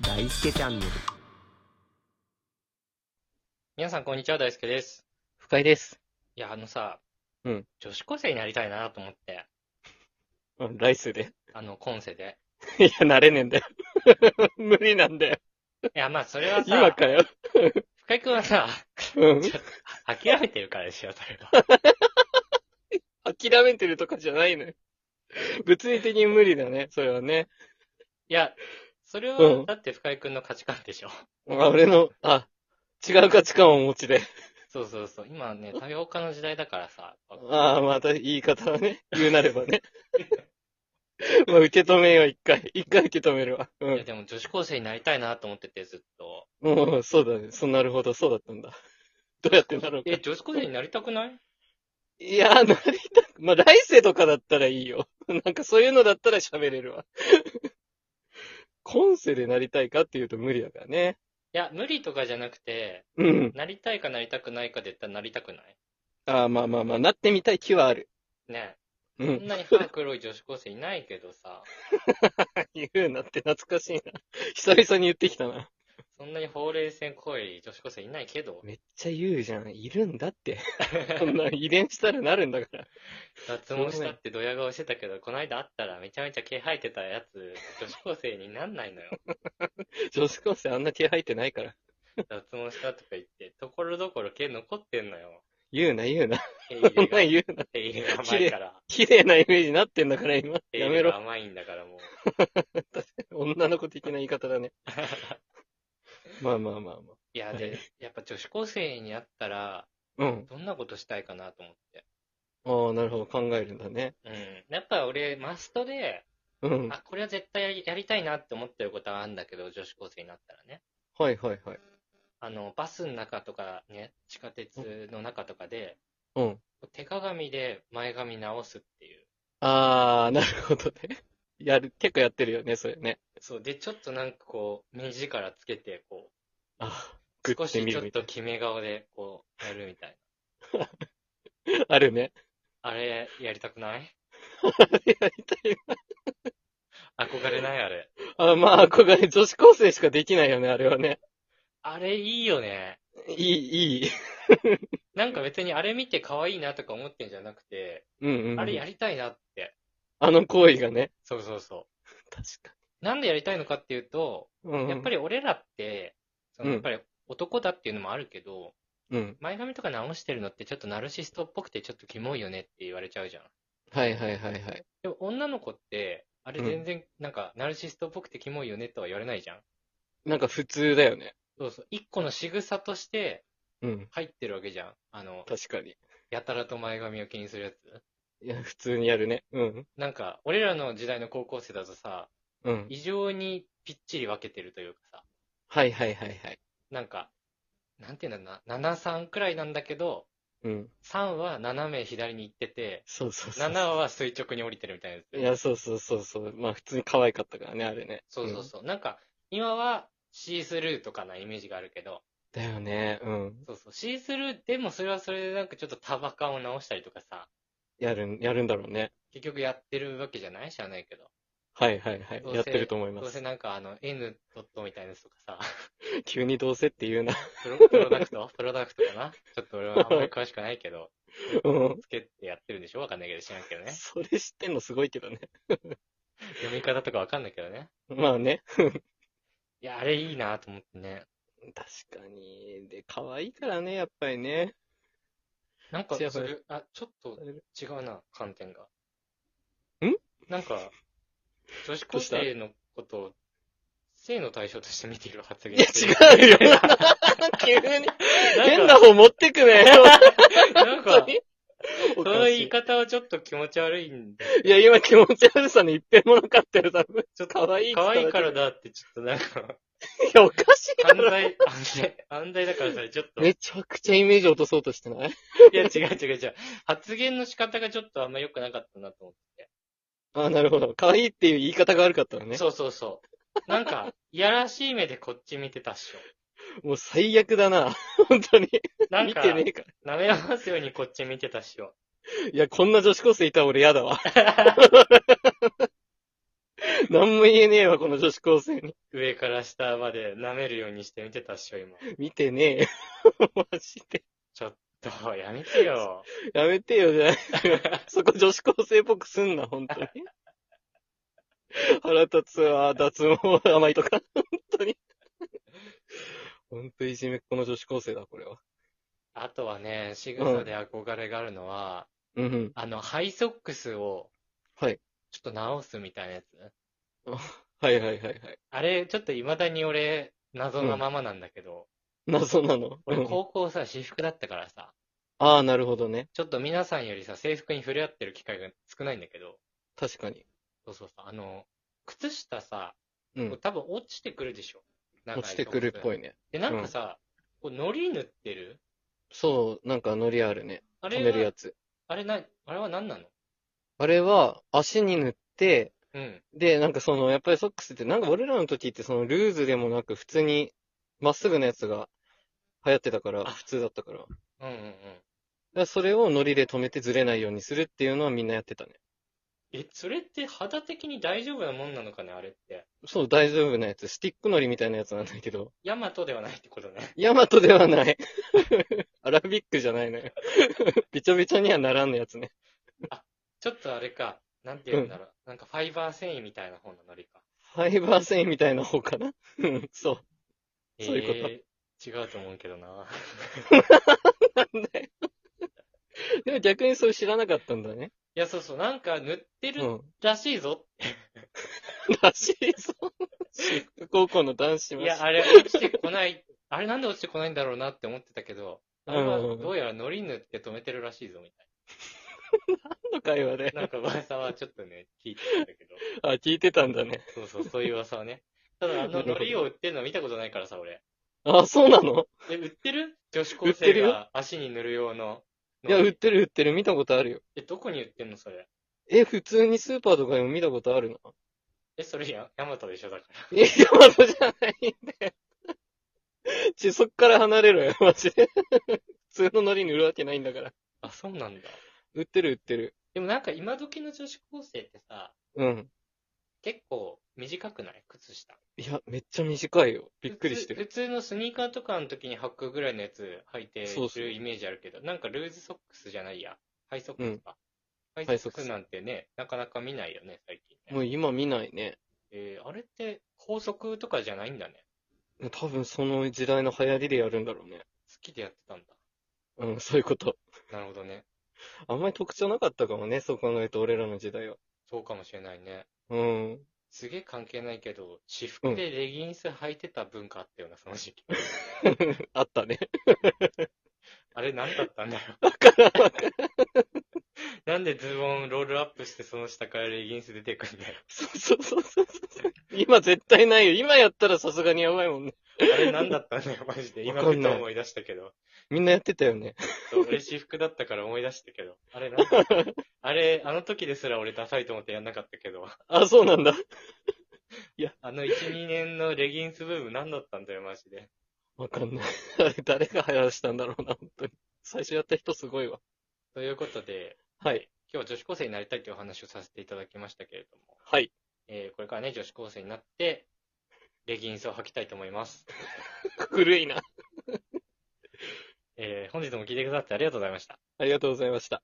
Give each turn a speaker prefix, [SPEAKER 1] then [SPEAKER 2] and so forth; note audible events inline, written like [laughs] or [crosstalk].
[SPEAKER 1] 大輔チャンネル
[SPEAKER 2] 皆さん、こんにちは。大輔です。
[SPEAKER 3] 深井です。
[SPEAKER 2] いや、あのさ、
[SPEAKER 3] うん
[SPEAKER 2] 女子高生になりたいなと思って、
[SPEAKER 3] うん、来世で。 [laughs]
[SPEAKER 2] あの、今世で。
[SPEAKER 3] いや、慣れねえんだよ。 [laughs] 無理なんだよ。
[SPEAKER 2] いや、まあ、それは
[SPEAKER 3] 今
[SPEAKER 2] さ、
[SPEAKER 3] かよ。
[SPEAKER 2] 深井くんはさ、
[SPEAKER 3] うん。
[SPEAKER 2] 諦めてるからですよ、それ
[SPEAKER 3] [laughs]
[SPEAKER 2] は。
[SPEAKER 3] 諦めてるとかじゃないのよ。物理的に無理だね、それはね。
[SPEAKER 2] いや、それは、
[SPEAKER 3] うん
[SPEAKER 2] だって深井くんの価値観でしょ。
[SPEAKER 3] あ俺の、あ、違う価値観をお持ちで。
[SPEAKER 2] そうそうそう。今ね、多様化の時代だからさ、
[SPEAKER 3] ああ、また言い方はね、言うなればね。 [laughs] まあ、受け止めよう、一回。一回受け止めるわ。う
[SPEAKER 2] いや、
[SPEAKER 3] ん。
[SPEAKER 2] でも女子高生になりたいなと思ってて、ずっと。
[SPEAKER 3] うん、そうだね。そうなるほど、そうだったんだ。どうやってなろうか。
[SPEAKER 2] え、女子高生になりたくない
[SPEAKER 3] いや、なりたく、まあ、来世とかだったらいいよ。 [laughs] なんかそういうのだったら喋れるわ。 [laughs] 今世でなりたいかっていうと無理だからね。
[SPEAKER 2] いや、無理とかじゃなくて、
[SPEAKER 3] うん。
[SPEAKER 2] なりたいかなりたくないかで言ったらなりたくない
[SPEAKER 3] ああ、まあまあまあ、なってみたい気はある。
[SPEAKER 2] ね。
[SPEAKER 3] う
[SPEAKER 2] そん
[SPEAKER 3] ん。
[SPEAKER 2] なに歯黒い女子高生いないけどさ、
[SPEAKER 3] 言うなって懐かしいな。久々に言ってきたな。
[SPEAKER 2] そんなにほうれい線濃い女子高生いないけど。
[SPEAKER 3] めっちゃ言うじゃん。いるんだって。 [laughs] そんな遺伝したらなるんだから。
[SPEAKER 2] 脱毛したってドヤ顔してたけど、この間会ったらめちゃめちゃ毛生えてたやつ、女子高生になんないの
[SPEAKER 3] [laughs]
[SPEAKER 2] よ。
[SPEAKER 3] 女子高生あんな毛入ってないから。
[SPEAKER 2] 脱毛したとか言って、ところどころ毛残ってんのよ。
[SPEAKER 3] 言うな、言うな。
[SPEAKER 2] 毛
[SPEAKER 3] そ
[SPEAKER 2] 入
[SPEAKER 3] んなん
[SPEAKER 2] れが、
[SPEAKER 3] 言うな。
[SPEAKER 2] 毛入れが甘いから。
[SPEAKER 3] 綺麗なイメージになってんだから今。
[SPEAKER 2] 毛
[SPEAKER 3] や
[SPEAKER 2] 入
[SPEAKER 3] め
[SPEAKER 2] れが
[SPEAKER 3] ろ。
[SPEAKER 2] 甘いんだからもう。
[SPEAKER 3] 女の子的な言い方だね。まあまあまあまあ。
[SPEAKER 2] いや、で、やっぱ女子高生に会ったら、
[SPEAKER 3] うん。
[SPEAKER 2] どんなことしたいかなと思って。
[SPEAKER 3] ああ、なるほど。考えるんだね。
[SPEAKER 2] うん。やっぱ俺、マストで、
[SPEAKER 3] うん。
[SPEAKER 2] あ、これは絶対やりやりたいなって思ってることはあるんだけど、女子高生になったらね。
[SPEAKER 3] はいはいはい。
[SPEAKER 2] あの、バスの中とかね、地下鉄の中とかで、
[SPEAKER 3] うん。
[SPEAKER 2] 手鏡で前髪直すっていう。
[SPEAKER 3] ああ、なるほどね。 [laughs] やる、結構やってるよね、それね。
[SPEAKER 2] そう。で、ちょっとなんかこう、目力つけて、こ
[SPEAKER 3] ああ、
[SPEAKER 2] う、
[SPEAKER 3] グッ
[SPEAKER 2] 少
[SPEAKER 3] て
[SPEAKER 2] し
[SPEAKER 3] 見
[SPEAKER 2] ち
[SPEAKER 3] る
[SPEAKER 2] ょっ
[SPEAKER 3] みた
[SPEAKER 2] と
[SPEAKER 3] い
[SPEAKER 2] 決め顔で、こう、やるみたいな。
[SPEAKER 3] な。あるね。 [laughs]
[SPEAKER 2] あれ、やりたくない
[SPEAKER 3] あれやりたい
[SPEAKER 2] 憧れないあれ。
[SPEAKER 3] な。あまあ、憧れ、女子高生しかできないよね、あれはね。
[SPEAKER 2] あれいいよね。
[SPEAKER 3] いい、いい。
[SPEAKER 2] なんか別にあれ見て可愛いなとか思ってんじゃなくて、
[SPEAKER 3] うんうんうん。
[SPEAKER 2] あれやりたいなって。
[SPEAKER 3] あの行為がね。
[SPEAKER 2] そうそうそ
[SPEAKER 3] 確か
[SPEAKER 2] う。なんでやりたいのかっていうと、
[SPEAKER 3] に。うんうん。
[SPEAKER 2] やっぱり俺らって、その
[SPEAKER 3] うん
[SPEAKER 2] やっぱり男だっていうのもあるけど、
[SPEAKER 3] うん。
[SPEAKER 2] 前髪とか直してるのってちょっとナルシストっぽくてちょっとキモいよねって言われちゃうじゃん。
[SPEAKER 3] はいはいはいはい。
[SPEAKER 2] でも女の子って、あれ全然、なんか、ナルシストっぽくてキモいよねとは言われないじゃん。
[SPEAKER 3] なんか普通だよね。
[SPEAKER 2] そうそう。一個の仕草として
[SPEAKER 3] うん。
[SPEAKER 2] 入ってるわけじゃん。あの、
[SPEAKER 3] 確かに。
[SPEAKER 2] やたらと前髪を気にするやつ。
[SPEAKER 3] いや、普通にやるね。うん。
[SPEAKER 2] なんか、俺らの時代の高校生だとさ、
[SPEAKER 3] うん。
[SPEAKER 2] 異常にぴっちり分けてるというかさ、
[SPEAKER 3] はいはいはいはい。
[SPEAKER 2] なんか、なんていうんだろうな、7、3くらいなんだけど、
[SPEAKER 3] うん。
[SPEAKER 2] 3は斜め左に行ってて、
[SPEAKER 3] そうそうそうそう。
[SPEAKER 2] 7は垂直に降りてるみたいなやつ。
[SPEAKER 3] いや、そうそうそうそう。まあ、普通に可愛かったからね、あれね。
[SPEAKER 2] そうそうんそう。なんか、今はシースルーとかなイメージがあるけど、
[SPEAKER 3] だよね。うん。
[SPEAKER 2] そうそう。シースルーでもそれはそれでなんかちょっとタバカを直したりとかさ、
[SPEAKER 3] やるん、やるんだろうね。
[SPEAKER 2] 結局やってるわけじゃない知らないけど。
[SPEAKER 3] はいはいはい
[SPEAKER 2] どう。せ
[SPEAKER 3] やってると思いま
[SPEAKER 2] どうせ
[SPEAKER 3] す。
[SPEAKER 2] なんかあの N ドットみたいなやつとかさ、
[SPEAKER 3] 急にどうせって言うな。
[SPEAKER 2] プロプロダク [laughs] トプロダクトかなちょっと俺はあんまり詳しくないけ [laughs] ど、
[SPEAKER 3] うん。
[SPEAKER 2] つけてやってるんでしょわかんないけど知らんけどね。
[SPEAKER 3] それ知ってんのすごいけどね。 [laughs]
[SPEAKER 2] 読み方とかわかんないけどね。
[SPEAKER 3] まあね。
[SPEAKER 2] いや、あれいいなと思ってね。
[SPEAKER 3] 確かに。で、可愛いからね、やっぱりね。
[SPEAKER 2] なんか
[SPEAKER 3] ちや
[SPEAKER 2] そ
[SPEAKER 3] ほや
[SPEAKER 2] れ、あ、ちょっと違うな、観点が。
[SPEAKER 3] ん
[SPEAKER 2] なんか、女子
[SPEAKER 3] ど
[SPEAKER 2] 高
[SPEAKER 3] うした
[SPEAKER 2] 生のことを性の対象として見ている発
[SPEAKER 3] い
[SPEAKER 2] 言
[SPEAKER 3] や、
[SPEAKER 2] してる
[SPEAKER 3] 違うよ。 [laughs] 急に。変な方持ってくね。
[SPEAKER 2] な
[SPEAKER 3] 本
[SPEAKER 2] んか
[SPEAKER 3] 当、にお
[SPEAKER 2] そ
[SPEAKER 3] か
[SPEAKER 2] の
[SPEAKER 3] し
[SPEAKER 2] 言い
[SPEAKER 3] い。
[SPEAKER 2] 方はちょっと気持ち悪いんで、
[SPEAKER 3] いや、今気持ち悪さに一遍もなかったよ、多分。
[SPEAKER 2] ちょっと
[SPEAKER 3] 可愛い
[SPEAKER 2] 可愛いから
[SPEAKER 3] い
[SPEAKER 2] だって、ちょっとな
[SPEAKER 3] [laughs]
[SPEAKER 2] んか、
[SPEAKER 3] や、おかしいだ
[SPEAKER 2] 犯
[SPEAKER 3] ろ。
[SPEAKER 2] 罪、犯罪、犯罪だからそれちょっと、い
[SPEAKER 3] めちゃくちゃイメージ落とそうとしてない
[SPEAKER 2] や違う違う違う、発言の仕方がちょっとあんま良くなかったなと思って。
[SPEAKER 3] ああ、なるほど。可愛いっていう言い方が悪かったのね。
[SPEAKER 2] そうそうそう。なんか、いやらしい目でこっち見てたっしょ。
[SPEAKER 3] もう最悪だな。 [laughs] 本当に。
[SPEAKER 2] なん
[SPEAKER 3] 見
[SPEAKER 2] か、
[SPEAKER 3] てねえから。
[SPEAKER 2] 舐め回すようにこっち見てたっしょ。 [laughs]
[SPEAKER 3] いや、こんな女子高生いたら俺嫌だわ。何も言えねえわ、この女子高生に。
[SPEAKER 2] 上から下まで舐めるようにして見てたっしょ、今。
[SPEAKER 3] 見てねえ [laughs] よ。マジで。
[SPEAKER 2] ちょっと、やめてよ。
[SPEAKER 3] やめてよ、
[SPEAKER 2] [laughs]
[SPEAKER 3] じゃない。そこ女子高生っぽくすんな、本当に。腹立つわ、脱毛甘いとか。本当に。本当いじめっ子の女子高生だ、これは。
[SPEAKER 2] あとはね、仕草で憧れがあるのは、
[SPEAKER 3] うんうん。
[SPEAKER 2] あの、ハイソックスを、
[SPEAKER 3] はい。
[SPEAKER 2] ちょっと直すみたいなやつ。
[SPEAKER 3] はいはいはいはい。
[SPEAKER 2] あれ、ちょっと未だに俺、謎なままなんだけど、
[SPEAKER 3] 謎なの。う
[SPEAKER 2] 俺
[SPEAKER 3] ん、
[SPEAKER 2] 高校さ、私服だったからさ、
[SPEAKER 3] ああ、なるほどね。
[SPEAKER 2] ちょっと皆さんよりさ、制服に触れ合ってる機会が少ないんだけど、
[SPEAKER 3] 確かに。
[SPEAKER 2] そうそうそう、あの、靴下さ、
[SPEAKER 3] うん。
[SPEAKER 2] 多分落ちてくるでしょ。
[SPEAKER 3] 落ちてくるっぽ
[SPEAKER 2] い。
[SPEAKER 3] いね。
[SPEAKER 2] で、なんかさ、こう、糊塗ってる
[SPEAKER 3] そう、なんかノリあるね。
[SPEAKER 2] あ
[SPEAKER 3] 止める
[SPEAKER 2] れは
[SPEAKER 3] や、つ。
[SPEAKER 2] あれな、あれは何なの
[SPEAKER 3] あれは、足に塗って、
[SPEAKER 2] うん。
[SPEAKER 3] で、なんかその、やっぱりソックスって、なんか俺らの時ってそのルーズでもなく普通に、まっすぐなやつが流行ってたから、
[SPEAKER 2] あ
[SPEAKER 3] 普通だったから。だか
[SPEAKER 2] うんうんうん。
[SPEAKER 3] らそれをノリで止めてずれないようにするっていうのはみんなやってたね。
[SPEAKER 2] え、それって肌的に大丈夫なもんなのかね、あれって。
[SPEAKER 3] そう、大丈夫なやつ。スティックノリみたいなやつなんだけど、
[SPEAKER 2] ヤマトではないってことね。 [laughs]
[SPEAKER 3] ヤマトではない。 [laughs] アラビックじゃないのよ。 [laughs] びちょびちょにはならんのやつね。
[SPEAKER 2] ちょっとあれか、なんて言うんだろう。なんかファイバー繊維みたいな方のノリか。
[SPEAKER 3] ファイバー繊維みたいな方かな。うんそう。そういうこと
[SPEAKER 2] と。違うと思うけどな。 [laughs]
[SPEAKER 3] なんだよ。でも逆にそれ知らなかったんだね。
[SPEAKER 2] いや、そうそう、なんか塗って
[SPEAKER 3] う
[SPEAKER 2] る
[SPEAKER 3] ん。
[SPEAKER 2] らしいぞ。
[SPEAKER 3] らしいぞ。高校の男子も。
[SPEAKER 2] いや、 [laughs] あれ落ちてこない、あれなんで落ちてこないんだろうなって思ってたけど、あれは
[SPEAKER 3] うんうん
[SPEAKER 2] どうやらノリ塗って止めてるらしいぞ、みたい
[SPEAKER 3] の会話で
[SPEAKER 2] な。。なんか噂はちょっとね、聞いてたんだけど。
[SPEAKER 3] あ、聞いてたんだね。
[SPEAKER 2] [laughs] そうそう、そういう噂はね。ただ、あの、ノリを売ってるの見たことないからさ、俺。
[SPEAKER 3] あ、そうなの
[SPEAKER 2] え、売ってる女子
[SPEAKER 3] 売
[SPEAKER 2] 高
[SPEAKER 3] って
[SPEAKER 2] 生
[SPEAKER 3] るよ
[SPEAKER 2] が足に塗る用の。
[SPEAKER 3] いや、売ってる売ってる。見たことあるよ。
[SPEAKER 2] え、どこに売ってんの、それ。
[SPEAKER 3] え、普通にスーパーとかでも見たことあるの
[SPEAKER 2] え、それや、ヤマトでしょ、だから。
[SPEAKER 3] いや、ヤマトじゃないんだよ。ち、そっから離れろよ、マジで。普通のノリに売るわけないんだから。
[SPEAKER 2] あ、そうなんだ。
[SPEAKER 3] 売ってる売ってる。
[SPEAKER 2] でもなんか今時の女子高生ってさ、
[SPEAKER 3] うん。
[SPEAKER 2] 結構短くない靴下。
[SPEAKER 3] いや、めっちゃ短いよ。びっくりしてる。
[SPEAKER 2] 普通普通のスニーカーとかの時に履くぐらいのやつ履いて
[SPEAKER 3] そうそう
[SPEAKER 2] るイメージあるけど、なんかルーズソックスじゃないや。ハイソックスか。
[SPEAKER 3] ん
[SPEAKER 2] ハイソックスなんてね、なかなか見ないよね、最近ね、
[SPEAKER 3] もう今見ないね。
[SPEAKER 2] えーあれって法則とかじゃないんだね。
[SPEAKER 3] 多分その時代の流行りでやるんだろうね。
[SPEAKER 2] 好きでやってたんだ。
[SPEAKER 3] うん、そういうこと。
[SPEAKER 2] なるほどね。
[SPEAKER 3] あんまり特徴なかったかもね、そう考えると俺らの時代は。
[SPEAKER 2] そうかもしれないね。
[SPEAKER 3] うん。 [laughs]
[SPEAKER 2] すげえ関係ないけど、私服でレギンス履いてた文化あったよな、その
[SPEAKER 3] [laughs]
[SPEAKER 2] 時期。
[SPEAKER 3] あったね。
[SPEAKER 2] あれ何だったんだろ
[SPEAKER 3] わからんわからん。
[SPEAKER 2] う。なんでズボンロールアップしてその下からレギンス出てく
[SPEAKER 3] [laughs]
[SPEAKER 2] んだよ。
[SPEAKER 3] そうそうそうそうそう。今絶対ないよ。今やったらさすがにやばいもんね。
[SPEAKER 2] あれ何だったんだよ、マジで。今
[SPEAKER 3] わかん
[SPEAKER 2] ふ
[SPEAKER 3] ない
[SPEAKER 2] と思い出したけど。
[SPEAKER 3] みんなやってたよね。
[SPEAKER 2] そう、俺私服だったから思い出したけど。あれなんだ
[SPEAKER 3] [laughs]
[SPEAKER 2] あれ、あの時ですら俺ダサいと思ってやんなかったけど。
[SPEAKER 3] あ、そうなんだ。
[SPEAKER 2] あの1、2年のレギンスブーム何だったんだよ、マジで。
[SPEAKER 3] わかんない。 [laughs] あれ誰が流行らしたんだろうな、本当に。最初やった人すごいわ。
[SPEAKER 2] ということで、
[SPEAKER 3] はい。
[SPEAKER 2] 今日は女子高生になりたいというお話をさせていただきましたけれども、
[SPEAKER 3] はい。
[SPEAKER 2] えーこれからね、女子高生になって、レギンスを履きたいと思います。
[SPEAKER 3] 古いな。
[SPEAKER 2] えー本日も聞いてくださってありがとうございました。
[SPEAKER 3] ありがとうございました。